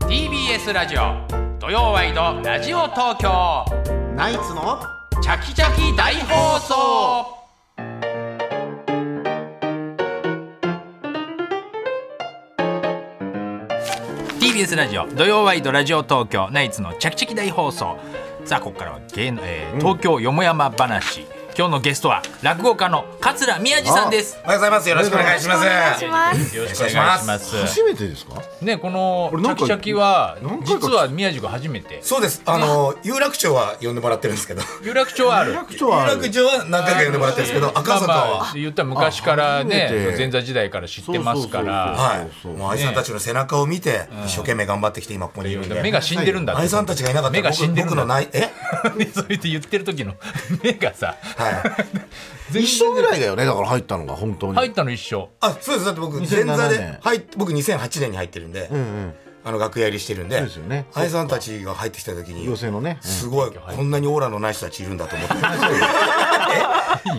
TBS ラジオ土曜ワイドラジオ東京ナイツのチャキチャキ大放送ですラジオ土曜ワイドラジオ東京ナイツのチャキチャキ大放送さあここからは芸能、えー東京よもやま話、今日のゲストは落語家の桂宮治さんですおはようございます。よろしくお願いします。よろしくお願いします初めてですかねこの俺チャなんかキチャキは何回か実は宮治が初めてそうです。あの有楽町は呼んでもらってるんですけど、有楽町はある白鳥はあ有る楽町は何回か呼んでもらってるんですけど、赤坂まあまはあ、言ったら昔からあ初ねめて前座時代から知ってますからはい。もう愛さんたちの背中を見て一生懸命頑張ってきて今ここにいるんで。目が死んでるんだって愛さんたちがいなかった目らが死ん僕でる僕んだのっないえて それって言ってる時の目がさはい。全一然緒ぐらいだよねだから入ったのが本当に、入ったの一緒あそうです。だって僕前2007座で年入って僕2008年に入ってるんで、あの楽屋入りしてるんでうですよね、愛さんたちが入ってきた時に寄。席のね、すごいこんなにオーラのない人たちいるんだと思って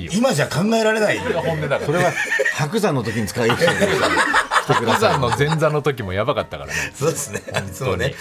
いいよ今じゃ考えられないそれが本音だからそれは白山の時に使うエピソードですから来てくだ火さい山の前座の時もやばかったからねそうですねいつもね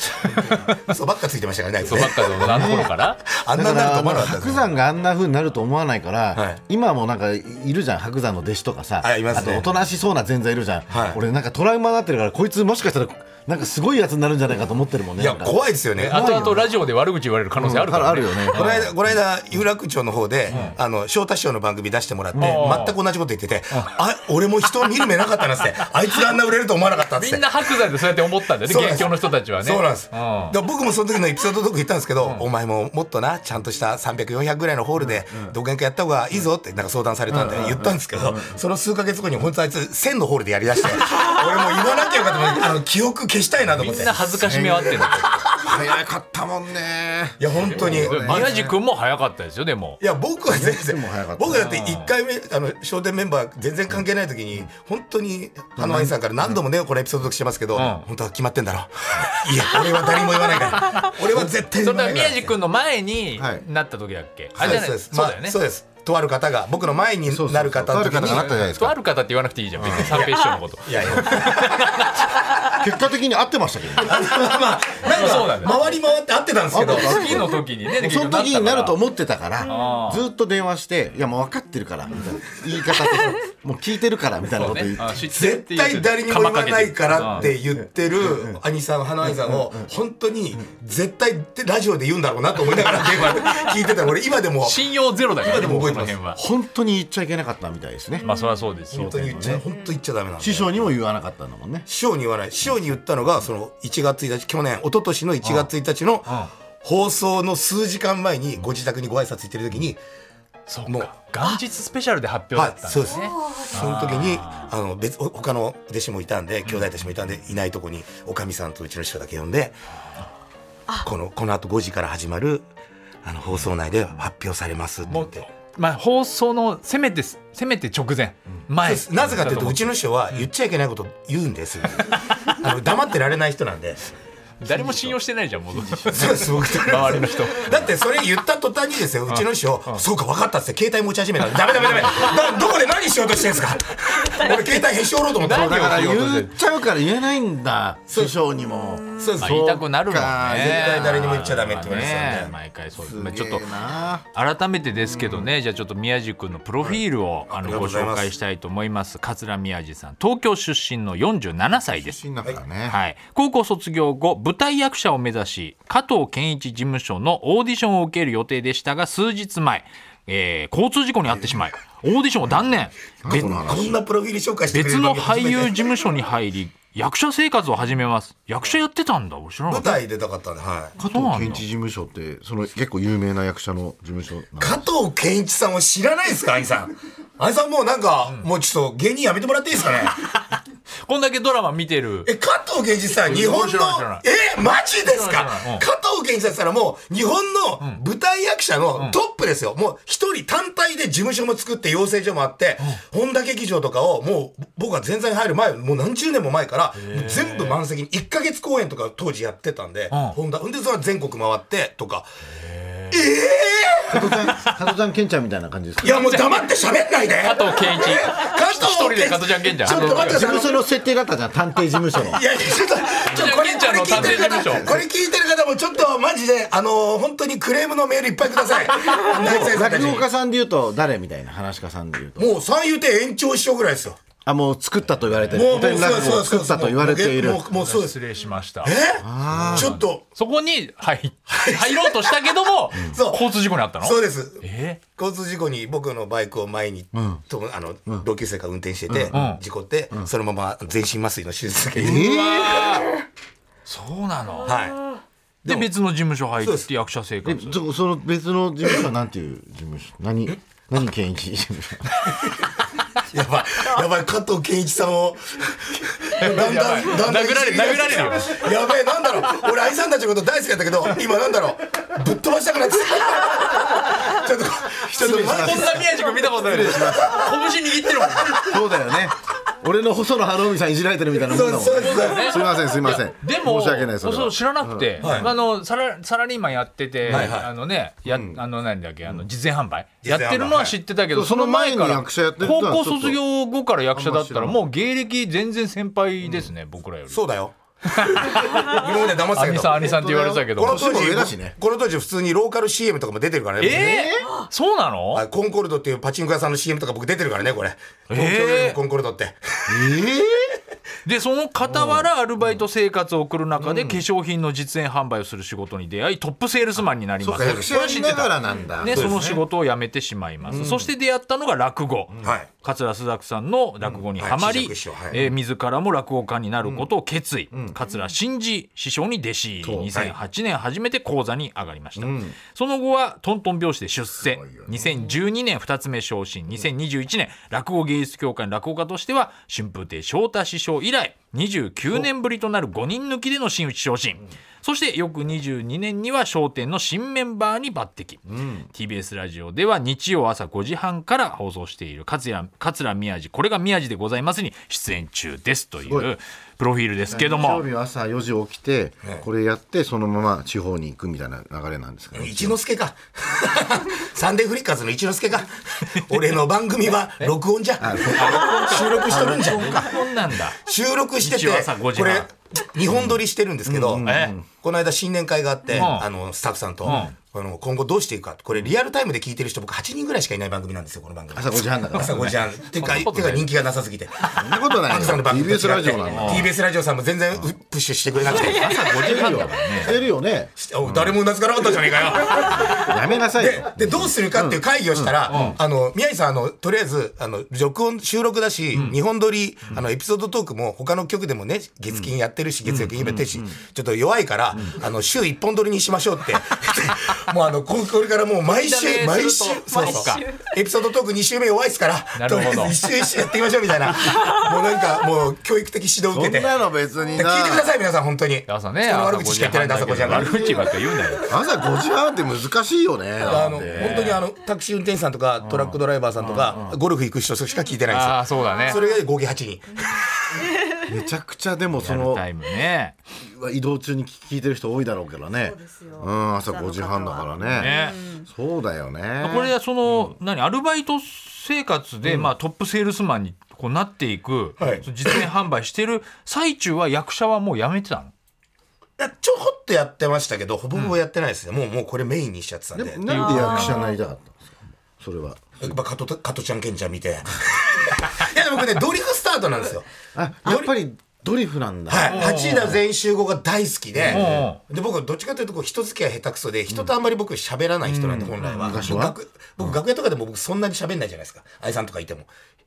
嘘ばっかついてましたからねあいつそうねばっかの何の頃から あんだなかになるらとあの思わなかったです白山があんな風になると思わないから、はい今もなんかいるじゃん白山の弟子とかさあいますねとおとなしそうな前座いるじゃん、はい俺なんかトラウマになってるからこいつもしかしたらなんかすごいやつになるんじゃないかと思ってるもんねいやなんか怖いですよね。後々ラジオで悪口言われる可能性あるからあるよねこの間、この間、有楽町の方で、あの、翔太師匠の番組出してもらって、ん全く同じこと言ってて、あ、俺も人を見る目なかったなっつって、あいつがあんな売れると思わなかったっつっみて。んな白山でそうやって思ったんだよねそうなん現です況の人たちはねそうなんです。だうんから僕もその時のエピソードトーク言ったんですけど、お前ももっとな、ちゃんとした300、400ぐらいのホールで、独演会やった方がいいぞって、なんか相談されたんで言ったんですけど、その数ヶ月後に本当あいつ、1000のホールでやりだして、 俺もう言わなきゃよかったと思ってあの、記憶消したいなと思っみんて。いな恥ずかしめはあってんだ早かったもんねや、本当に。けど宮治君も早かったですよでもいや僕は全も然早かった僕だって1回目あの笑点メンバー全然関係ない時に本当にあの兄さんから何度もねこのエピソードしてますけど本当は決まってんだろいや俺は誰も言わないから俺は絶対にそ言れわからないから宮治君の前にはいなった時だっけあそうれじでゃすないそうそうですだよねまあそうですとある方が僕の前になる方の時とある方がなったじゃないにですとあかる方って言わなくていいじゃん別に三平師匠のこといやいや結果的に合ってましたけどねまあそうだなんねか回り回って合ってたんですけど合ってた次の時にねその時になると思思ってたからうんずっと電話して「いやもう分かってるから」みたいな言 い方ともう聞いてるからみたいなこと言って。絶対誰にも言わないからって言ってる兄さん花兄さんを本当に絶対ってラジオで言うんだろうなと思いながら電話で聞いてた俺今でも信用ゼロだから今でも覚えこてのます辺は本当に言っちゃいけなかったみたいですね、まあそりゃそうですよ本当に言っちゃ本当言っちゃダメなんで師匠にも言わなかったんだもんね師匠に言わない師匠に言ったのがその1月1日去年一昨年の1月1日の放送の数時間前にご自宅にご挨拶行ってる時にそうもうか元日スペシャルで発表だはっいたんそうだですその時にあの別ほ他の弟子もいたんで兄弟弟子もいたんでいないとこにおかみさんとうちの師匠だけ呼んでこのこのあと5時から始まるあの放送内で発表されますっても言っうて。まあ放送のせめてせめて直前そう前ですなぜかというとうちの師匠は言っちゃいけないこと言うんです あの黙ってられない人なん で誰も信用してないじゃんもうそうです僕周りの人だってそれ言った途端にですようちの師匠「そうか分かった」っつって携帯持ち始めたんでダメダメダメだどこで何しようとしてんです か俺携帯へし折ろうと思って何をだから言おうとして言るっちゃうから言えないんだ師匠にもそうですまあ言いたくなるもんねそうか絶対誰にも言っちゃダメって言われてたんでまあね毎回そうですまあちょっすとげえな改めてですけどね、じゃあちょっと宮治君のプロフィールを、あありのがとごうござい紹ます介したいと思います桂宮治さん東京出身の47歳です出身だからね、はい、高校卒業後舞台役者を目指し加藤健一事務所のオーディションを受ける予定でしたが数日前、えー交通事故に遭ってしまいオーディションを断念なんだこの話こんなプロフィール紹介してくれ別るの番組初俳めて優事務所に入り役者生活を始めます役者やってたんだ俺知らなか舞った台出たかったねはい加加藤健一事務所ってその結構有名な役者の事務所なんで加藤健一さんを知らないですか兄さん兄さんもうなんか、もうちょっと芸人やめてもらっていいですかねこんだけドラマ見てるえ加藤健一さん日本知のらない知らないえマジです知らかない知らないうん加藤健一さんって言ったらもう日本の舞台役者のトップですよ、もう一人単体で事務所も作って養成所もあって、本田劇場とかをもう僕が全然入る前もう何十年も前からもう全部満席に1ヶ月公演とか当時やってたんで、本田ほんでそれ全国回ってとか加藤ちゃん加藤ちゃん健ちゃんみたいな感じですかいやもう黙って喋んないで加藤健一加藤一人で加藤ちゃん健ちゃんちょっと待って事務所の設定だったじゃん探偵事務所のいや、ちょっと、ちょっとこれ、ケンこちゃんれの聞いてる探偵事務方、所これ聞いてる方も、ちょっと、マジで、あのー、本当にクレームのメールいっぱいください。大先生た落ち語家さんで言うと誰みたいな話家さんで言うともう三遊亭延長師匠ぐらいですよ。あもう作ったと言われてるもう、も古う、典そう落です語を作そうですったと言われているもう、もうもうそうです。失礼しましたえちょっと、そこに入入ろうとしたけど もそう交通事故にあったのそうです。え交通事故に僕のバイクを前に、とあの同級生が運転してて、ん事故って、そのまま全身麻酔の手術だけ、そうなのはいで別の事務所入そうっですて役者生え活そその別の事務所はなんていう事務所何何健一事務所やばいやばい加藤健一さんをだんだんだんだん殴られ殴られるよやべえなんだろう俺愛さんたちのこと大好きだったけど今なんだろうぶっ飛ばしたくなってたちょっとちょっとまこんな宮治君見たことないです拳握ってるもんそうだよね俺の細野晴臣さんいじられてるみたいなもんだもんそうですそうですすいませんすいませんでも申し訳ないそれそうは知らなくて、はいあのサラサラリーマンやってて、はいはいあのねや、あの何だっけあの実演販売、実や演販売ってるのは知ってたけど、はいその前に役者やってるの高は校ちょっと卒業後から役者だったらあんま知らないもう芸歴全然先輩ですね、僕らより。そうだよ今まで騙したアけニどさんアニさんって言われてたけどこの当年も時上だしねこの当時普通にローカル CM とかも出てるからねえー、そうなの、はいコンコルドっていうパチンコ屋さんの CM とか僕出てるからねこれ東京よりもコンコルドって、でその傍らアルバイト生活を送る中で化粧品の実演販売をする仕事に出会いトップセールスマンになります役者これやは知っりてなたがらなんだね、その仕事を辞めてしまいます、そして出会ったのが落語、はい桂須作さんの落語にはまり、うんはい師匠はいえー自らも落語家になることを決意、桂真治師匠に弟子入りそうはい2008年初めて講座に上がりました、その後はトントン拍子で出世2012年2つ目昇進2021年落語芸術協会の落語家としては春風亭昇太師匠以来29年ぶりとなる5人抜きでの真打ち昇進、そして翌22年には『笑点』の新メンバーに抜擢、TBS ラジオでは日曜朝5時半から放送している桂「桂宮治これが宮治でございます」に出演中ですというプロフィールですけど日曜も日は朝4時起きてこれやってそのまま地方に行くみたいな流れなんですけど一之輔か サンデーフリッカーズの一之輔か俺の番組は録音じゃ収録しとるんじゃこんなんだ収録して日て曜朝5時こ半れ日本撮りしてるんですけど、えこの間新年会があって、んあのスタッフさんと、あの今後どうしていくかこれリアルタイムで聞いてる人僕8人ぐらいしかいない番組なんですよこの番組朝5時半だから朝5時半っていうかそんなことてか人気がなさすぎてそんなことないアよクさんの番組と違って TBS ラジオなんだ TBS ラジオさんも全然プッシュしてくれなくて朝5時半だからねしてるよねお誰もうなずかなかったじゃねえかよやめなさいよででどうするかっていう会議をしたら、あの宮治さんあのとりあえずあの録音収録だし、日本撮りあのエピソードトークも他の局でもね月金やってるし月曜金やってるし、ちょっと弱いから、あの週一本撮りにしましょうって もうあのここれからもう毎ダメす週ると毎週そう毎週そうエピソードトーク2週目弱いですからなるほどとりあえず一週一週やっていきましょうみたいなもうなんかもう教育的指導をそ受けんて。なの別にだから聞いてくだなさい皆さん本当に朝ね人の朝悪口しか言ってないんだ朝5 5時時半半悪口ばっか言う なよ朝5時半って難しいよねあだのっ本て当にあのタクシー運転手さんとかトラックドライバーさんとかゴルフ行く人しか聞いてないんですよ。ああそうだねそれが合計8人。めちゃくちゃでもそやるのタイムね移動中に聞いてる人多いだろうけどねうん朝5時半だからねねそうだよねこれはその、何アルバイト生活で、まあ、トップセールスマンにこうなっていく、はいその実演販売してる 最中は役者はもうやめてたのいやちょこっとやってましたけどほぼほぼやってないですね。もうもうこれメインにしちゃってたんで。でなんで役者になりたかったんですかそれはやっぱ加藤加藤ちゃんケンちゃん見て。 いやでも僕ねドリフスタートなんですよ。あやっぱりドリフなんだはい、八位だ全員集合が大好きで、うで僕はどっちかというとこう人付き合い下手くそで人とあんまり僕喋らない人なんで本来は、僕楽僕楽屋とかでも僕そんなに喋んないじゃないですか愛さんとかいても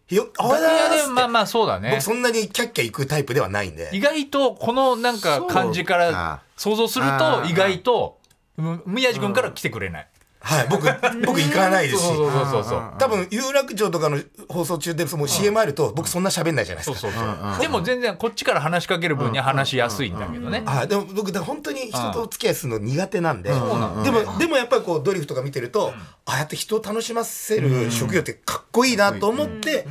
よ、おは楽ようございま屋すっでてまあまあそうだね僕そんなにキャッキャ行くタイプではないんで。意外とこのなんか感じから想像するあとー意外とむ宮治君から来てくれない、はい、僕、僕行かないですし。そうそうそうそう多分、有楽町とかの放送中で、その CM あると、僕そんな喋んないじゃないですそうか。そうそうでも全然こっちから話しかける分には話しやすいんだけどねはい、でも僕、だから本当に人とお付き合いするの苦手なんで、でなんも、でもやっぱりこう、ドリフとか見てると、ああやって人を楽しませる職業ってかっこいいなと思って、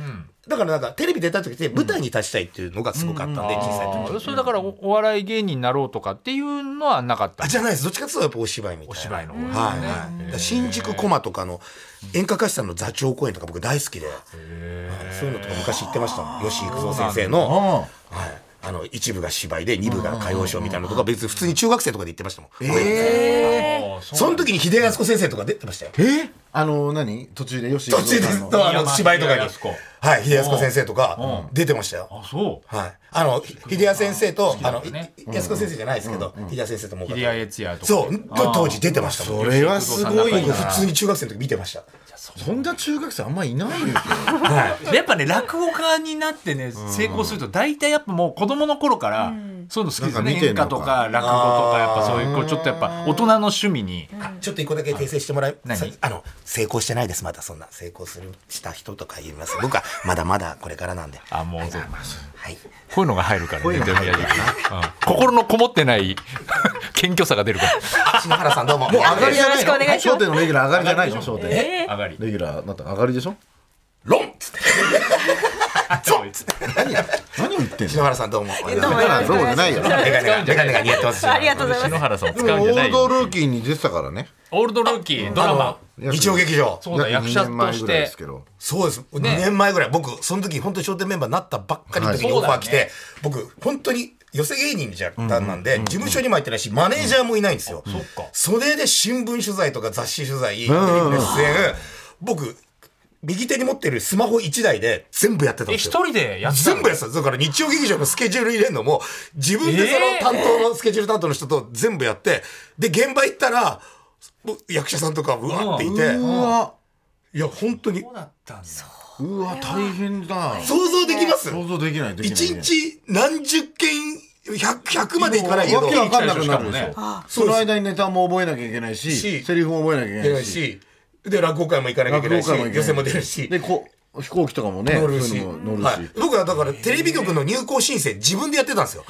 だからなんか、テレビ出た時って舞台に立ちたいっていうのがすごかったんで、小さい時。あーそれだからおお笑い芸人になろうとかっていうのはなかったあじゃないですどっちかっていうとやっぱお芝居みたいなお芝居の方はいねはいだから新宿コマとかの演歌歌手さんの座長公演とか僕大好きではいそういうのとか昔行ってましたもん吉幾三先生のあはいあの一部が芝居で二部が歌謡ショーみたいなのとか別に普通に中学生とかで行ってましたもんあーそうその時に秀康子先生とか出てましたよえーあの何途中でよし途中でずっとあの山芝居とかに秀康子はい秀康子先生とか出てましたよあそうはい、あのひ秀谷先生と、あの好きだよねい安子先生じゃないですけど、秀谷先生ともう片方秀谷悦也とかそうと当時出てましたもんそれはすごい僕な普通に中学生の時見てましたそんな中学生あんまい ないよは いやっぱね落語家になってね成功すると大体やっぱもう子供の頃からそういうの好きですよねなんか見て演ん歌のかとか落語とかやっぱそういうこうちょっとやっぱ大人の趣味にちょっと一個だけ訂正してもらえ何さあの成功してないですまだそんな成功するした人とか言います僕はまだまだこれからなんであもうそうはいこういうのが入るからねでも宮治君うん心のこもってない 謙虚さが出るから篠原さんどうももう上がりじゃないよろしくお願いします笑点のレギュラー上がりじゃないの笑点レ上がりギュラーなったら上がりでしょロンっつって そうです何や何を言ってんの篠原さんどうもえどうもだからそうじゃないよよろしくおメガネ願いしがメガネが似合ってますしますありがとうござい篠ます。原さんを使でもうんオじゃなーいルドよルーキーに出てたからねオールドルーキードラマあの日曜劇場そうだ約役者として2年前ぐらいですけどそうです、二2年前ぐらい僕その時本当に笑点メンバーになったばっかりの時にはいオファー来て、そうだよね僕本当に寄せ芸人じゃったんなんで、事務所にも入ってないしマネージャーもいないんですよ、そっかそれで新聞取材とか雑誌取材テレビんうんうんの出演僕右手に持ってるスマホ1台で全部やってたんえです一よ人でやってたの全部やってたんですだから日曜劇場のスケジュール入れるのも自分でそえーの担当のスケジュール担当の人と全部やってで現場行ったらもう役者さんとかうわっていて、うわいや本当にそうだったんだうわ大変だ想像できます想像できないできない一日何十件100 100までいかないけどわけわかんなくなる一日でだしよしょその間にネタも覚えなきゃいけないししセリフも覚えなきゃいけ出なないいししで落語会も行かなきゃいけないし寄せも出るしでこう飛行機とかもね乗るしそういうのも乗るし、はい、僕はだからテレビ局の入校申請自分でやってたんですよ、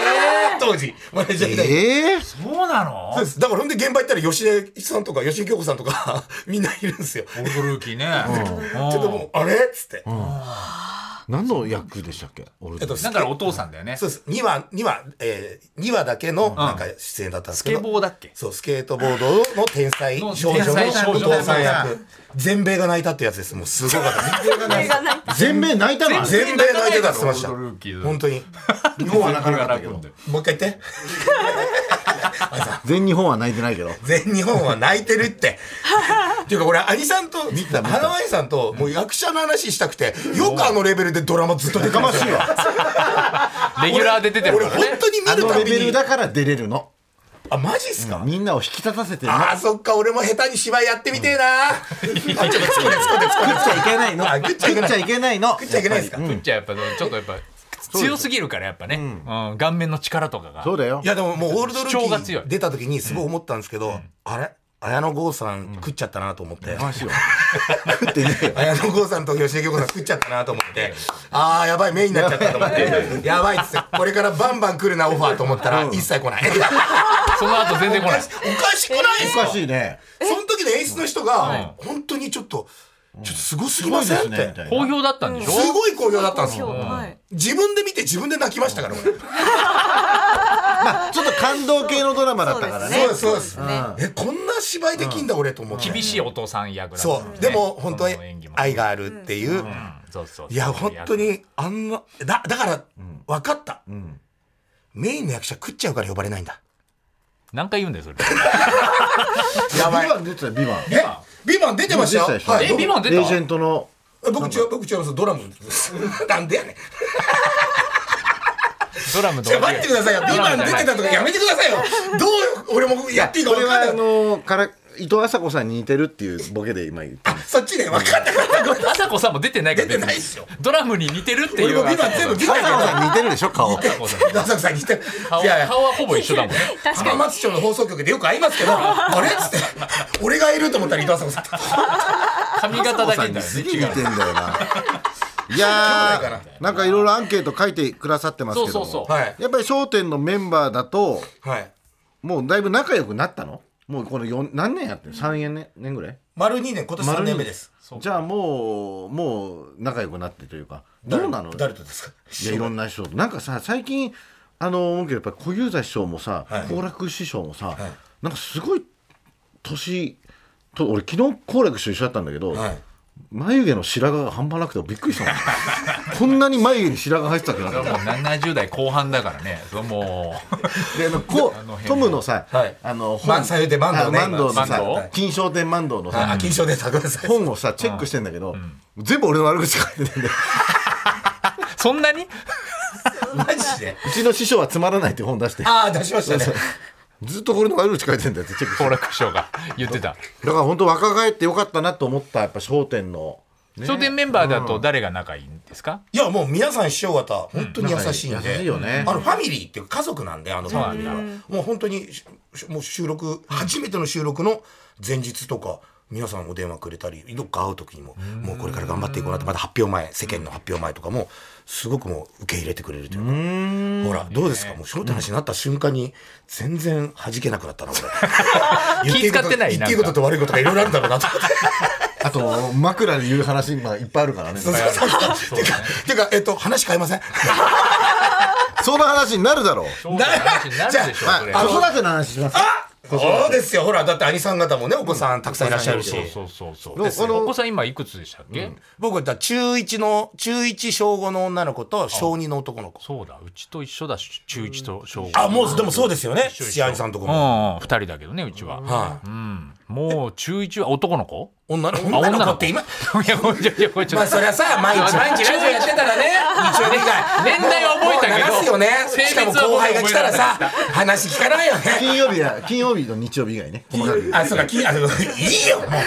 当時マネージャーみたいにええそうなのそうですだからほんで現場行ったら吉田さんとか吉井京子さんとか みんないるんですよオールドルーキー ねちょっともうあれっつって、何の役でしたっけ俺えっとだからお父さんだよねそうです2話2話、えー、2話だけのなんか出演だったんですスけど、ケボーだっけそうスケートボードの天才少の女の天才少お女父さん役全米が泣いたってやつですもうすごかった全米が泣いた全米泣いたの全米泣いてたって言ってましオールドルーキーただ本当に日本は泣かなかったけど全も米が泣くんだよう一回言って全日本は泣いてないけど全日本は泣いてるってっていうか俺兄さんと花輪兄さんともう役者の話したくてよくあのレベルでドラマずっと出てま しいわレギュラーで出てるから俺本ね当に見あるのたレびベルにだから出れるのあマジっすか、みんなを引き立たせてるのあーそっか俺も下手に芝居やってみてえな、あちょっとつこうでつこうでつこう食でっちゃいけないのあ食食っちゃいけっないちゃいけないの食っちゃいけないですかやっぱりうんじゃあやっぱちょっとやっぱ強すぎるからやっぱね、うん顔面の力とかがそうだよいやでももうオールドル主張がーキ強いー出た時にすごい思ったんですけど、あれ綾野剛さん食っちゃったなと思って、話よ食ってねえよ綾野剛さんと吉江京子さん食っちゃったなと思ってああやばいメインになっちゃったと思ってやばいっつってこれからバンバン来るなオファーと思ったら一切来ないその後全然来おなかいしおかしくないですおかかしいねその時の演出の人が本当にちょっとちょっとすごすぎすごまいせですんってねみたいな好評だったんでしょすごい好評だったんですよはい。自分で見て自分で泣きましたから俺ちょっと感動系のドラマだったからねそうですそうですえこんな芝居できんだ俺と思って厳しいお父さん役だったんだそよね、うでも本当にその演技も愛があるっていううんそうそうそういや本当にあんなだだから分かったメインの役者食っちゃうから呼ばれないんだ何回言うんだよそれやばいビバン出てたよビバンえビバン出てました出てたよでしょはえいビバン出たレジェントの僕違う僕違いますドラム ですなんでやねんドラムと じゃあ待ってくださいよビバン出てたとかやめてくださいよどう俺もやっていいかこれ分はかあんないのから伊藤麻子さんに似てるっていうボケで今言ったんですそっちね分かんなかった朝子さんも出てないから出てないっすよドラムに似てるってい俺うも今全部聞いたけど麻子さんに似てるでしょ顔朝子さん浅草に来て顔いやいや顔はほぼ一緒だもんね浜松町の放送局でよく会いますけどあれっつって俺がいると思ったら伊藤浅子さん髪型ださけだんによすねげえ違似うてんだよないや兄弟かーなんかいろいろアンケート書いてくださってますけどもそうそうそうはいやっぱり『笑点』のメンバーだとはいもうだいぶ仲良くなったのもうこの4何年やってる3年年ぐらい丸2年今年3年目ですじゃあもうもう仲良くなってというかどうなの誰とですかいやいろんな人となんかさ最近あの思うけどやっぱ小遊三師匠もさはい好、楽師匠もさ、なんかすごい年と俺昨日好楽師匠一緒だったんだけど、はい眉毛の白髪が半端なくてびっくりし たもんこんなに眉毛に白髪入ってたっけなとそれ思っはもう70代後半だからねそれもてであのこうあの辺トムのさ、はいあの本満載で満堂ねあ満堂のさ今満堂金賞店満堂のさ、あ金賞で桜井さん本をさチェックしてんだけど、全部俺の悪口書いて たんだようそんなにマジでうちの師匠はつまらないって本出して ああ出しましたね ずっと俺の悪口書いてんだよってチェックして好楽師匠が言ってただから本当若返ってよかったなと思ったやっぱ『笑点』の笑点メンバーだと誰が仲いいんですかいやもう皆さん師匠方本当に優しいんうん優しいで、よねあのファミリーっていうか家族なんであの番組はもう本当にしもう収録初めての収録の前日とか皆さんお電話くれたりどっか会う時にももうこれから頑張っていこうなってまだ発表前世間の発表前とかもすごくもう受け入れてくれるというかほらどうですかもう『笑点』の話になった瞬間に全然弾けなくなったな 俺気使ってない言っていいことと悪いことがいろいろあるんだろう なと思って。あと枕で言う話今いっぱいあるからねそうそうそうてかてかえっと話変えませんそんな話になるだろうそうだよ話になるでしょそれあ子育ての話しますそうですよほらだって兄さん方もねお子さんたくさんいらっしゃるしそうそうそうそうであのお子さん今いくつでしたっけ僕はだから中1の中1小5の女の子と小2の男の子そうだうちと一緒だし中一と小五あもうでもそうですよね土屋兄さんとこうも、んうん、2人だけどねうちは、はいもう中1は男の子 女の女の子って今いやこれちょっとこれちょまっあそりゃさ 毎日毎日ラジオやってたらね日曜日以と外年代は覚えたけどもう流すよね性しかも別は後輩が来たらさ話聞かないよね金曜日や金曜日の日曜日以外ね細かく言う あそうかきあのいいよもう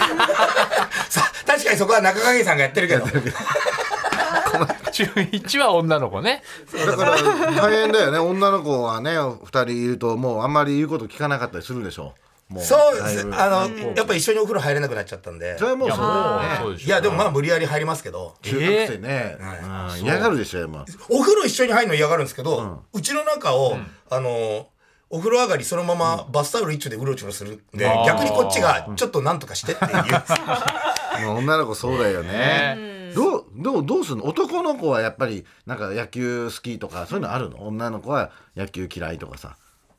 さ確かにそこは中影さんがやってるけど中1は女の子ね だから大変だよね女の子はね2人いるともうあんまり言うこと聞かなかったりするでしょもうそうでだいすぶあのやっぱ一緒にお風呂入れなくなっちゃったんでそれはもういやそうだよねもうそうでしょいやでもまあ無理やり入りますけど中学生ね、うん嫌がるでしょ今お風呂一緒に入るの嫌がるんですけど、うちの中を、あのお風呂上がりそのままバスタオル一丁でうろちょろするんで、あー逆にこっちがちょっとなんとかしてっていう、女の子そうだよね。どうどうどうするの男の子はやっぱりなんか野球好きとかそういうのあるの女の子は野球嫌いとかさ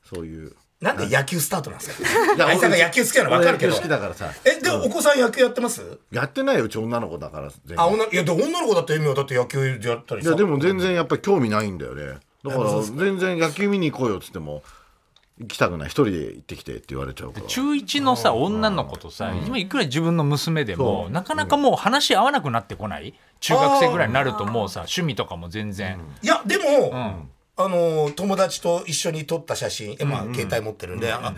そういう。 なんで野球スタートなんですかいや愛さんが野球好きなの分かるけど俺野球好きだからさえでもお子さん野球やってますやってないようち女の子だから全あ然。女いやで女の子だって意味はだって野球やったりいさやでも全然やっぱり興味ないんだよね。だから全然野球見に行こうよっつっても行きたくない一人で行ってきてって言われちゃうから。中1のさ女の子とさ、今いくら自分の娘でもなかなかもう話し合わなくなってこない中学生ぐらいになるともうさ趣味とかも全然、いやでも、あの友達と一緒に撮った写真えまあ携帯持ってるんで、あ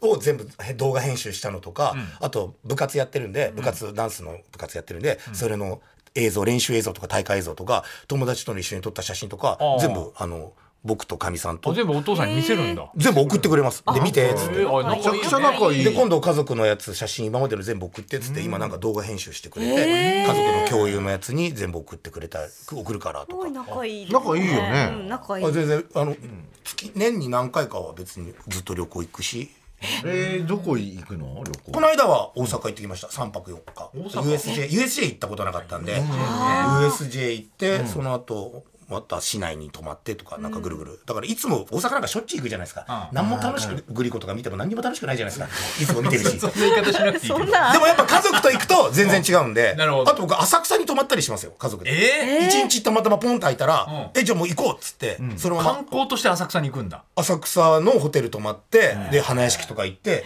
を全部へ動画編集したのとか、あと部活やってるんで部活、ダンスの部活やってるんで、それの映像練習映像とか大会映像とか友達との一緒に撮った写真とかあー全部あの僕とかみさんあと全部お父さんに見せるんだ、全部送ってくれますで見てっつっえて。ーあなんめちかゃいいくねちゃ仲いい。で今度家族のやつ写真今までの全部送ってっつって今なんか動画編集してくれて家族の共有のやつに全部送ってくれた送るからとごかい仲いい。仲いいよねうん、仲いいあ。全然あの、月年に何回かは別にずっと旅行行くしえーどこ行くの旅行こ。の間は大阪行ってきました3泊4日 USJ, USJ 行ったことなかったんで USJ 行って、その後また市内に泊まってとかなんかぐるぐる、だからいつも大阪なんかしょっちゅう行くじゃないですか、何も楽しくグリコとか見ても何にも楽しくないじゃないですかいつも見てるしで言い方しなくていいけどもやっぱ家族と行くと全然違うんで、なるほどあと僕浅草に泊まったりしますよ家族でえ一日たまたまポンと空いたら、えじゃあもう行こうっつって、そのーまま観光として浅草に行くんだ浅草のホテル泊まって、で花屋敷とか行って、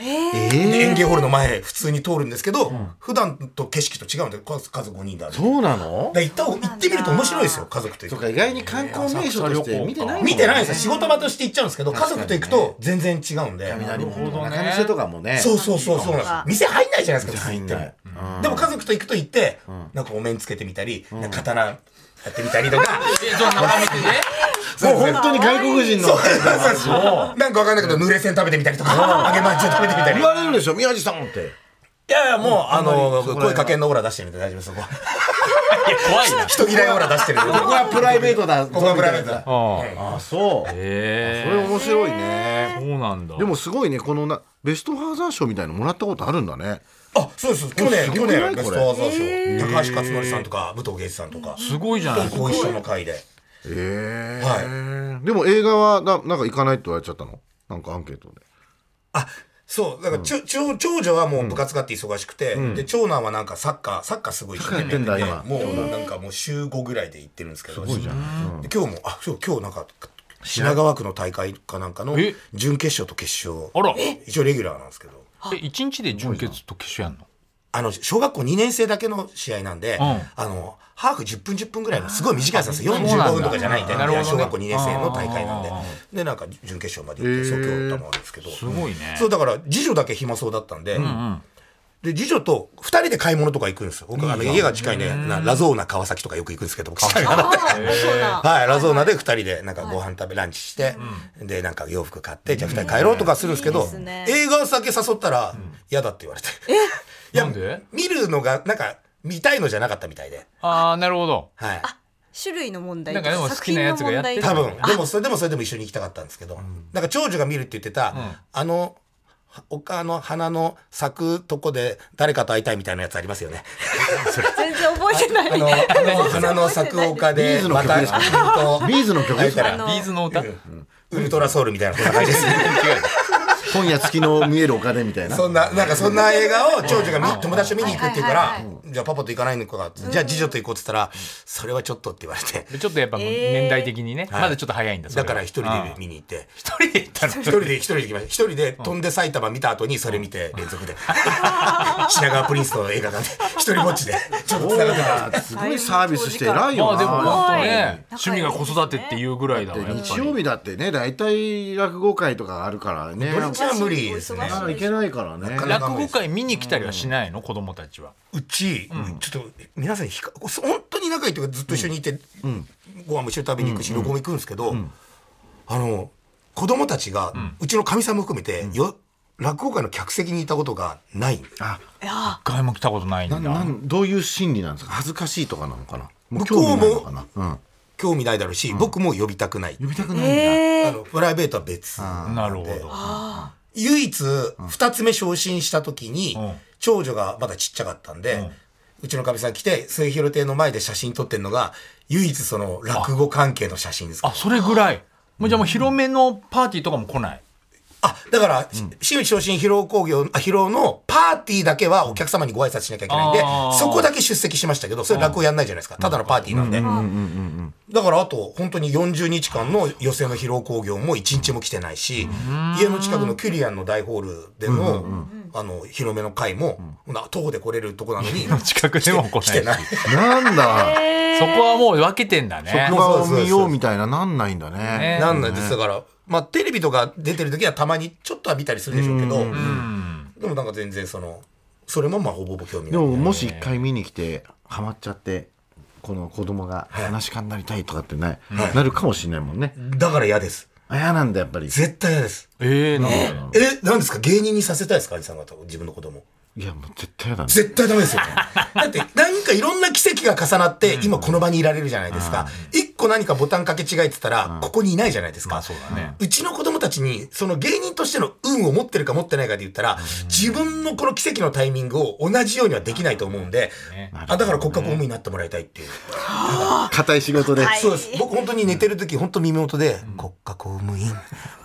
で園芸ホールの前普通に通るんですけど、普段と景色と違うんで家族家族5人だそうなの？行った方行ってみると面白いですよ家族と行とくか意外外に観光名所として見てないもんね見てないんですよ仕事場として行っちゃうんですけど家族と行くと全然違うんで雷門となかるほどね仲見世とかもねそうそうそうそうなんですよ店入んないじゃないですか普通行っても入んないうんでも家族と行くと行ってなんかお面つけてみたりなんか刀やってみたりとかえそう眺めてねもう本当に外国人のなんかわかんないけど濡れ線食べてみたりとか揚げまんじゅう食べてみたり言われるでしょ宮地さんっていやいや、もう、あこらの、辺は声かけんのオーラ出してるんで大丈夫です、そこは。 怖いな人嫌いオーラ出してるんで。ここは プライベートだここはプライベートだあそうそへれ面白いねそうなんだでもすごいねこのなベストファーザー賞みたいのもらったことあるんだねあ、そうです。す去年、ごく去ない年、ベスこトれアワーザー賞。高橋克典さんとか、武藤芸一さんとか。すごいじゃないですかご一緒の会で。ええでも映画はななんか行かないって言われちゃったのなんかアンケートであ、そう、だから、ちょ、ちょ、長女はもう部活があって忙しくて、で、長男はなんかサッカー、サッカーすごい一生懸命サッカーやってんだもう、なんかもう週5ぐらいで行ってるんですけど。すごいじゃん。で今日も、あ、そう、今日なんか、品川区の大会かなんかのえ準決勝と決勝。あら一応レギュラーなんですけど。え一日で準決と決勝やんのあの、小学校2年生だけの試合なんで、んあの、ハーフ10分10分ぐらいのすごい短いやつなんですよ。あーそうなんだ45分とかじゃないんで、なるほどね小学校2年生の大会なんで。で、なんか準決勝まで行って、即興だったんですけど。すごいねそう、だから、次女だけ暇そうだったんで、で、次女と2人で買い物とか行くんですよ。僕、あの、家が近いね、なラゾーナ川崎とかよく行くんですけど、僕、下がはい、ラゾーナで2人でなんかご飯食べ、ランチして、で、なんか洋服買って、じゃあ2人帰ろうとかするんですけど、いいですね映画先誘ったら嫌だって言われて。 いやなんで見るのが、なんか、見たいのじゃなかったみたいで。ああなるほどはい。種類の問題なんかでも好きなやつがやってる多分。でも、それでもそれでも一緒に行きたかったんですけど。なんか、長女が見るって言ってた、あの、丘の花の咲くとこで誰かと会いたいみたいなやつありますよね。全然覚えてないあの、あの花の咲く丘ビでーズ、のま曲た、ですかうんとビーズの曲です会ビえたらのーズの歌ウルトラソウルみたいな、こんな感じです。今夜月の見えるお金みたいなそんな、なんかそんな映画を長女が見友達と見に行くって言うかはらいはい、じゃあパパと行かないのかって、じゃあ次女と行こうって言ったら、それはちょっとって言われて、ちょっとやっぱ年代的にねまだちょっと早いんだそれだはから一人でうん見に行って、一人で行ったの一人で一人で行きました。一人で飛んで埼玉見た後にそれ見て連 続で。品川プリンスの映画館で、一人ぼっちで、ちょっと繋がってたんですすごいサービスして偉いまよあなでも本当ねはい趣味が子育てっていうぐらいだもんやっぱり日曜日だってね大体落語会とかがあるからね土日は無理ですね。あいけないからねかな落語会見に来たりはしないの子供たちはうち、ちょっと皆さんにひか本当に仲いいというかずっと一緒にいて、ご飯も一緒に食べに行くし、旅行も行くんですけど、あの子供たちが、うちのかみさんも含めて、よ落語会の客席にいたことがない一回も来たことないんだなんどういう心理なんですか恥ずかしいとかなのかなもう向こうも興味ないのかなうん興味ないだろうし、僕も呼びたくない呼びたくないんだ、あのプライベートは別なるほど唯一二つ目昇進した時に、ん長女がまだちっちゃかったんで、うちのかみさん来て末広亭の前で写真撮ってるのが唯一その落語関係の写真ですあそれぐらいもうじゃあもう広めのパーティーとかも来ないあ、だから、新内昇進披露工業、あ披露のパーティーだけはお客様にご挨拶しなきゃいけないんであー、そこだけ出席しましたけど、それ落語やんないじゃないですか。ただのパーティーなんで。だからあと、本当に40日間の寄席の披露工業も1日も来てないし、家の近くのキュリアンの大ホールでの、あの、広めの会も、な徒歩で来れるとこなの に、近くでも来ない来てない。なんだそこはもう分けてんだね動画を見ようみたいななんないんだねねなんないです。だから、まあ、テレビとか出てる時はたまにちょっとは見たりするでしょうけど、でもなんか全然その、それもまあほぼほぼ興味でない。ももし一回見に来てハマっちゃってこの子供が話し家になりたいとかってない、なるかもしれないもんねだから嫌です。あ嫌なんだやっぱり絶対嫌です。ええなんだえ、なんですか芸人にさせたいですか兄さん方、自分の子供。いやもう絶対嫌だね絶対ダメ ですよね。だって、なんかいろんな奇跡が重なって、今この場にいられるじゃないですか。一個何かボタンかけ違えてたら、ここにいないじゃないですか。そうだねうちの子供たちに、その芸人としての運を持ってるか持ってないかで言ったら、自分のこの奇跡のタイミングを同じようにはできないと思うんで、あだから国家公務員になってもらいたいっていう。硬い仕事で、そうです。僕本当に寝てる時、本当耳元で、国家公務員、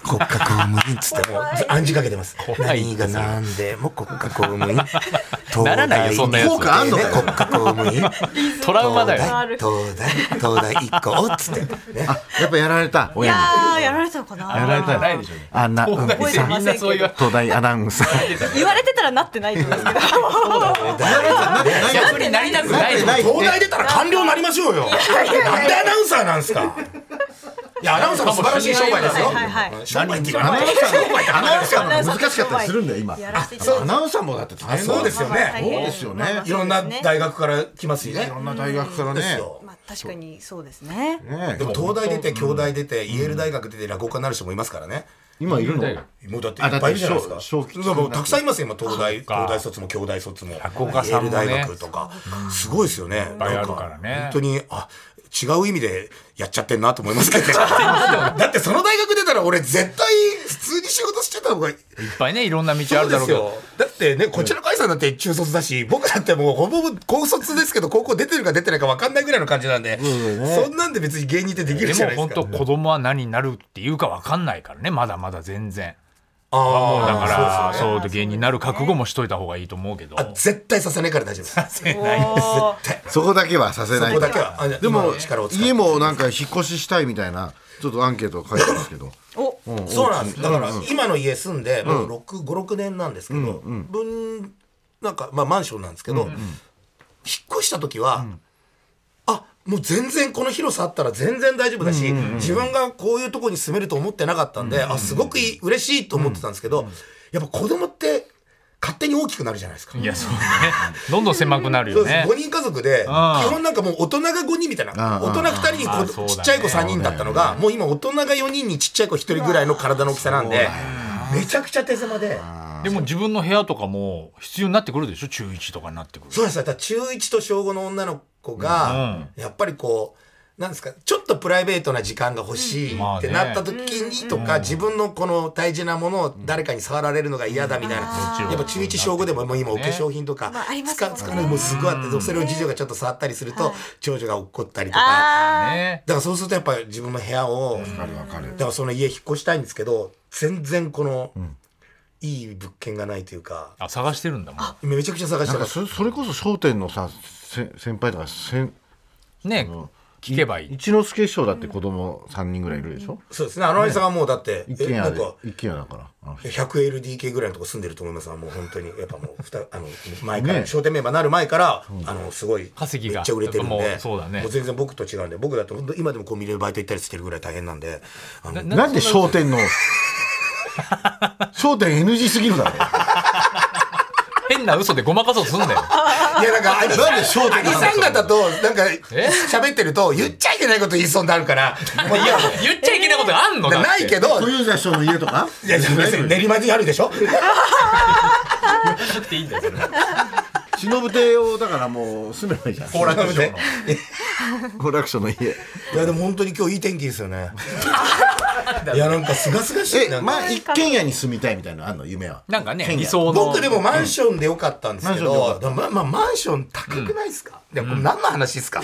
国家公務員っつってもう暗示かけてます。い何が何でも国家公務 員。ならないよそんなやつ 効東大果あんのかよ国家公務員。トラウマだよ。東大、東大、東大一個うっ つって、ね、あやっぱやられたい親にやーやられたのかなやられたないでしょうねあんなうん東大生みんなそう言わ東大アナウンサー言われてたらなってないと思うんですけど逆になりたくないなってない東大出たら官僚になりましょうよなんでアナウンサーなんですかいやアナウンサーも素晴らしい商売ですよはいはいはい商売って言アわナなウいンサーのアナウンサーアナウンサの ー難しかったりするんだよ今やらせていただアナウンサーもだって大変だそうですよねはいそうですよねいろんな大学から来ますよいねろんな大学からねですよまあ確かにそうですねねでも東大出て京大出てイェール大学出て落語家になる人もいますからね今いるのもうだっていっぱいいるじゃないですかあだって小小吉そうもうたくさんいますよ今東大東大卒も京大卒も落語家さんもねイェール大学とかすごいですよねぱいあるからねなん本当にあ違う意味でやっちゃってんなと思います けどだってその大学出たら俺絶対普通に仕事してた方がいいいっぱいねいろんな道あそうるでだろうすけどよだってねこちらの会さんだって中卒だし、僕だってもうほぼほぼ高卒ですけど高校出てるか出てないか分かんないぐらいの感じなんで、そんなんで別に芸人ってできるでじゃもないです本か当子供は何になるっていうかわかんないからねまだまだ全然あだーからそうそう芸人になる覚悟もしといた方がいいと思うけどそうあ絶対させないから 大丈夫です絶お対そこだけはさせないそこだけはあでも今の力を使って家もなんか引っ越ししたいみたいなちょっとアンケート書いてます けどおそうなんですだから今の家住んでもう56年なんですけど、分なんかまあマンションなんですけど、引っ越した時は、あもう全然この広さあったら全然大丈夫だし、自分がこういうとこに住めると思ってなかったんで、あすごくいい嬉しいと思ってたんですけど、やっぱ子供って勝手に大きくなるじゃないですか。いやそうね どんどん狭くなるそうよでねす5人家族で基本なんかもう大人が5人みたいな大人2人にあーこそうだねちっちゃい子3人だったのがもう今大人が4人にちっちゃい子1人ぐらいの体の大きさなんでめちゃくちゃ手狭ででも自分の部屋とかも必要になってくるでしょ中1とかになってくるとそうですだから中1と小5の女の子がやっぱりこうなんですかちょっとプライベートな時間が欲しいまあっねてなった時にとか自分のこの大事なものを誰かに触られるのが嫌だみたいなうんやっぱ中1小5でももう今お化粧品とかまああります使もうん使わなねいもうすごいあってそれを次女がちょっと触ったりすると長女が怒ったりとか。あねだからそうするとやっぱり自分の部屋を、わかるわかるだからその家引っ越したいんですけど全然この、いい物件がないというかあ探してるんだもめちゃくちゃ探しなてんまかすそそれこそ『笑点』のさせ先輩とか先んね聞けばいい一之輔師匠だって子供三人ぐらいいるでしょそうですねあの兄さんはもうだって、一え軒な家んでか一軒家だからあの人 100LDK ぐらいのとこ住んでると思いますもう本当にやっぱもうふたあの前から、ね商店メンバーになる前から、あのすごい稼ぎがめっちゃ売れてるんでやっぱもうそうだねもう全然僕と違うんで僕だって本当今でもコンビニでバイト行ったりしてるぐらい大変なんであのなんで『笑点』 の『笑点』NG すぎるだろ変な嘘でごまかそうとすんだ よいやなんか兄さん兄さん方となんかえ喋ってると言っちゃいけないこと言いそうになるからもういや言っちゃいけないことあんのだってないけど小遊三師匠の家とかいやいや別に練馬にあるでしょ なくていいんだよそれ忍亭をだからもう住めばいいじゃん後楽い園の好楽師匠の家やでも本当に今日いい天気ですよねいやなんかすがすがしいえなんかまあ一軒家に住みたいみたいなのあんの夢はなんかね変や理想の僕でもマンションでよかったんですけマンションでよかどっでもまあまあマンション高くないですか、いやこれ何の話ですか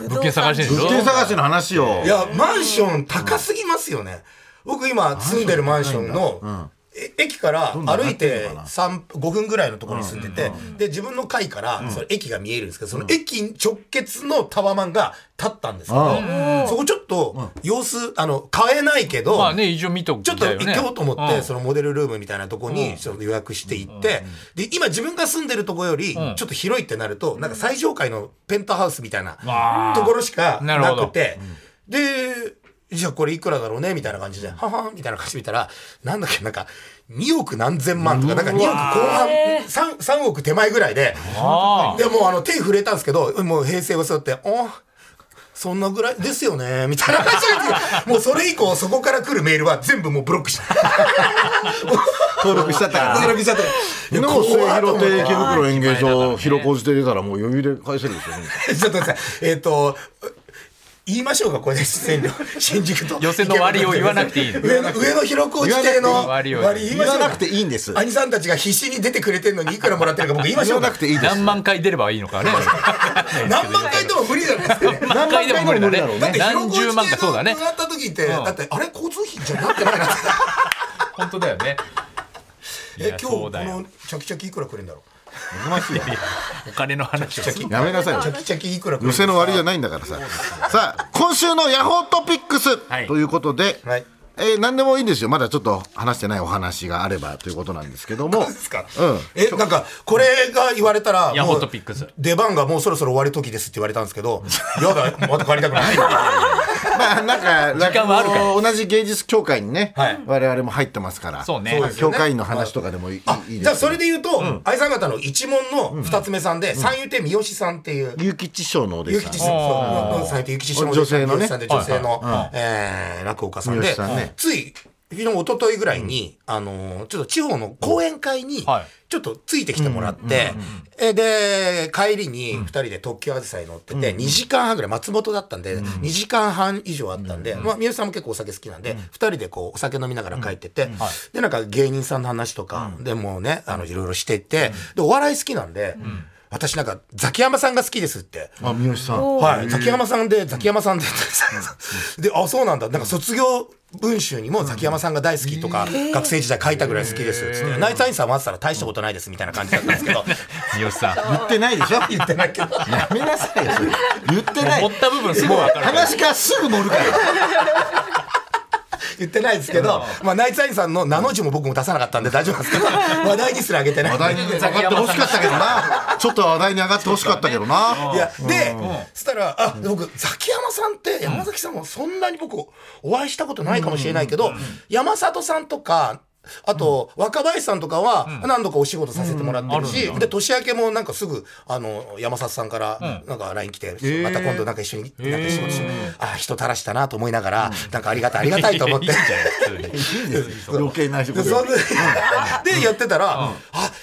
物件探してるでしょ物件探しの話をいやマンション高すぎますよね僕今住んでるマンションのえ駅から歩いて3 5分ぐらいのところに住んでて、で自分の階からその駅が見えるんですけどその駅直結のタワマンが立ったんですけど、そこちょっと様子あの買えないけど、まあね一応見とくちょっと行こうと思って、そののモデルルームみたいなとこにちょっと予約して行って、で、今自分が住んでるとこより、ちょっと広いってなると、なんか最上階のペントハウスみたいわなーところしかなるなほどくて、で、じゃあこれいくらだろうねみたいな感じで、ははんみたいな感じで見たら、なんだっけ、なんか、2億何千万とか、なんか2億後半、3, 3億手前ぐらいで、あでもうあの手震えたんですけど、もう平成を背負って、おそんなぐらいですよねみたいな 感じなんですけどもうそれ以降、そこから来るメールは全部もうブロックした。登録しちゃった から登録しちゃって。でも末広亭 池袋演芸場広小路亭出たらもう余裕で返せるでしょちょっと待ってください。えっ、と、言いましょうか、これ、出演料。 新宿と。寄席の割を言わなくていいの上の上の広小路亭の割割をを言わなくていい言わなくて言いましょうかいいんです兄さんたちが必死に出てくれてるのにいくらもらってるか僕言いまし言わょうかなくていいです何万回出ればいいのかね何万回でも無理じゃないですかね。何回でも無理だね何万回でも無理だろうねだって何広十小万路か亭そうだのね上がった時って、んだってあれ交通費じゃ なってないなって。本当だよねいえや今日そこうだよのチャキチャキいくらくれるんだろう。おかしいよお金の話をするやめなさいよチャキチャキいくらくるん寄ですかせの割じゃないんだからささあ今週のヤホートピックス、はいということで、はいえー何でもいいんですよまだちょっと話してないお話があればということなんですけどもですか、うんえなんかこれが言われたらヤもホうートピックス出番がもうそろそろ終わる時ですって言われたんですけどやだまた帰りた くないまあなん か時間はあるから落語同じ芸術協会にね、はい我々も入ってますからそうねそうですよ協ね会員の話とかでもいい,、あいいですじゃあそれで言うと、愛さん方の一門の二つ目さんで、三遊亭三好さんっていう、結吉師匠のお弟ゆ子きさんちさん、そう、三遊亭ゆきちさんの女性のね三遊亭さんで女性の、えー落語家さん三で好さんね、つい、昨日、一昨日ぐらいに、あのー、ちょっと地方の講演会にはい、ちょっとついてきてもらって、えーで、帰りに二人で特急あずさに乗ってて、2時間半ぐらい、松本だったんで、2時間半以上あったんで、まあ、三好さんも結構お酒好きなんで、二人でこう、お酒飲みながら帰ってて、で、なんか芸人さんの話とか、でもうね、あの、いろいろしてて、で、お笑い好きなんで、私なんか、ザキヤマさんが好きですって、あ三好さんはい、ザキヤマさんで、ザキヤマさんで、で、あ、そうなんだ、なんか卒業文集にもザキヤマさんが大好きとか、学生時代書いたぐらい好きですっつって、ナイツアインさん待ってたら大したことないですみたいな感じだったんですけど、三好さん言ってないでしょ言ってないけど、やめなさいよそれ言ってない持った部分すごい分かる話がすぐ乗るから 言ってないですけど、まあ、ナイツアインさんの名の字も僕も出さなかったんで大丈夫なんですけど、話題にすら上げてない。話題に上がってほしかったけどなちょっと話題に上がってほしかったけどないや、で、そしたら、あ、僕、ザキヤマさんって、山崎さんもそんなに僕、お会いしたことないかもしれないけど、山里さんとか、あと、若林さんとかは、何度かお仕事させてもらってるし、で、年明けもなんかすぐ、あの、山里さんから、なんか LINE 来て、また今度なんか一緒に、なんか仕事しようあ、人たらしたなと思いながら、なんかありがたい、ありがたいと思って。 余計な人でそんででやってたら、あ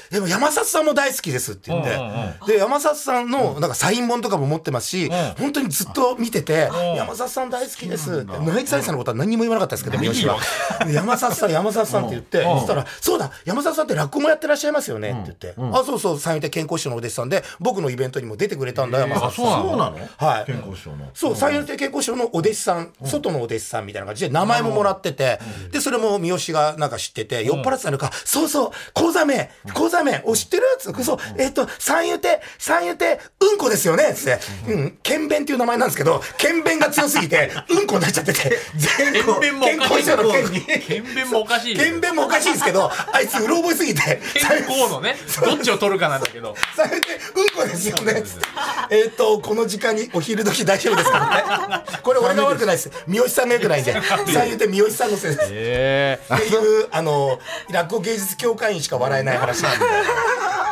でも山里さんも大好きですって言って、うんうんで山里さんのなんかサイン本とかも持ってますし、本当にずっと見てて、山里さん大好きですってナイツアイさんのことは何にも言わなかったですけど、三好はで山里さん山里さんって言って、そしたらそうだ山里さんって落語もやってらっしゃいますよねって言って、あそうそう三遊亭健康師匠のお弟子さんで僕のイベントにも出てくれたんだ山里さん、あそうなのそうなのはい健康師匠のそう、三遊亭健康師匠のお弟子さん、外のお弟子さんみたいな感じで、名前ももらってて、で、それも三好がなんか知ってて、酔っ払ってたのか、そうそう、小座名、小座名、お、知ってるつって、そう、えっと、三遊亭、三遊亭、うんこですよねつって、うん、剣弁っていう名前なんですけど、剣弁が強すぎて、うんこになっちゃってて、全剣弁もおかしい健康師匠の剣に。剣弁もおかしい剣弁もおかしいんですけど、あいつうろ覚えすぎて、健康のねどっちを取るかなんだけどされて、うんこですよね。つってえっと、この時間にお昼時大丈夫ですかね。これ俺が悪くないです。三好さんが良くないんで。三遊亭三好さんのせいです。ええっていう、あの、落語芸術協会員しか笑えない話なんで。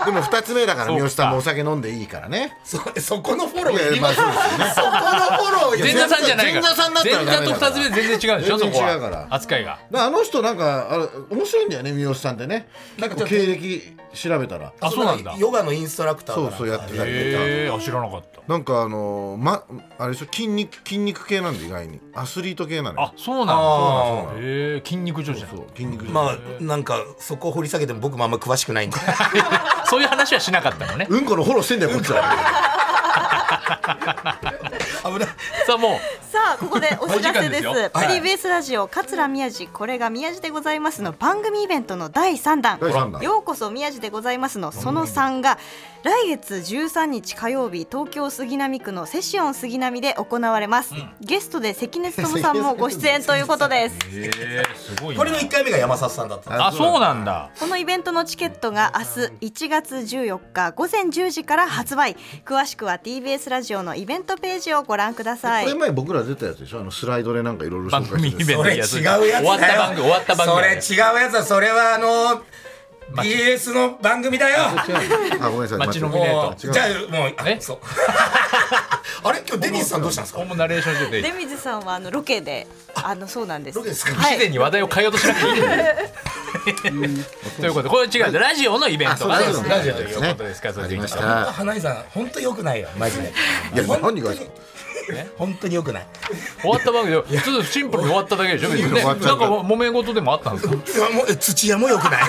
でも二つ目だからそうか三好さんもお酒飲んでいいからねそ、そこのフォロいやーいりまあます。そそうですよねこのフォローい前り座ます。さんじゃないから前座さんだったらダメだから前座と二つ目全然違うでしょそ全こ然違うからは扱いがだからあの人なんかあれ面白いんだよね三好さんってねなんか経歴調べたらあそうなんだヨガのインストラクターそかうらそうやってたりとかええあ知らなかったなんかあのーまあれでしょ筋肉筋肉系なんで意外にアスリート系なのあよそうあなーんだええ筋肉女子なんだそう筋肉ままあ、なんか、そこを掘り下げても僕もあんま詳しく ないんで。そういう話はしなかったの ねうんこのフォローしてんだよこっちは危ない。さあもうさあここでお知らせですお時間ですよ TBS ラジオ桂宮治これが宮治でございますの番組イベントの第3弾第三弾ようこそ宮治でございますのその3が来月13日火曜日東京杉並区のセシオン杉並で行われます、ゲストで関根勤さんもご出演ということですええすごいなこれの1回目が山里さんだったんです。あそうなんだこのイベントのチケットが明日1月14日午前10時から発売詳しくは TBS ラジオのイベントページをご覧くださいこれ前僕ら出たやつでしょあのスライドでなんかいろいろ紹番介してる組イベントそれ違うやつだよ終わった番組終わった番組それ違うやつだそれはあのま BS の番組だよあごめんなさい街の待ミってネもーうトじゃあもうあえそう あれ今日デニスさんどうしたんですこかれもナレーションして出て水さんはあのロケであのそうなんですロケですか不自然に話題を変えようとしなくていいんだよ ということでこれ違うラジオのイベントあがそうララジジオオとのイベントいうことですからそれでいきましょうあ花井さん本当良くないよマジでいや本当何にが本当に良くない終わった番組でちょっとシンプルに終わっただけでしょ別にねシンプなルんに終わっちゃかった揉め事でもあったんですかいやもう土屋も良くない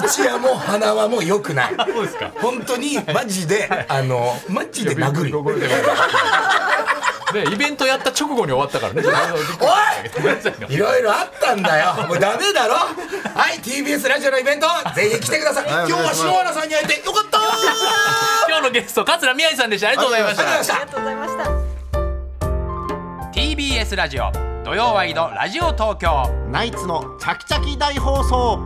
土屋も花輪も良くないそうですか本当にマジであのマジで殴るよいやびっくりね、イベントやった直後に終わったからね。おごめんなさいねいいろいろあったんだよもうダメだろはい TBS ラジオのイベントぜひ来てください今はい日は篠原さんに会えてよかった今日のゲスト、桂宮治さんでした。ありがとうございました。ありがとうございましたりがとうございました TBS ラジオ土曜ワイドラジオ東京ナイツのチャキチャキ大放送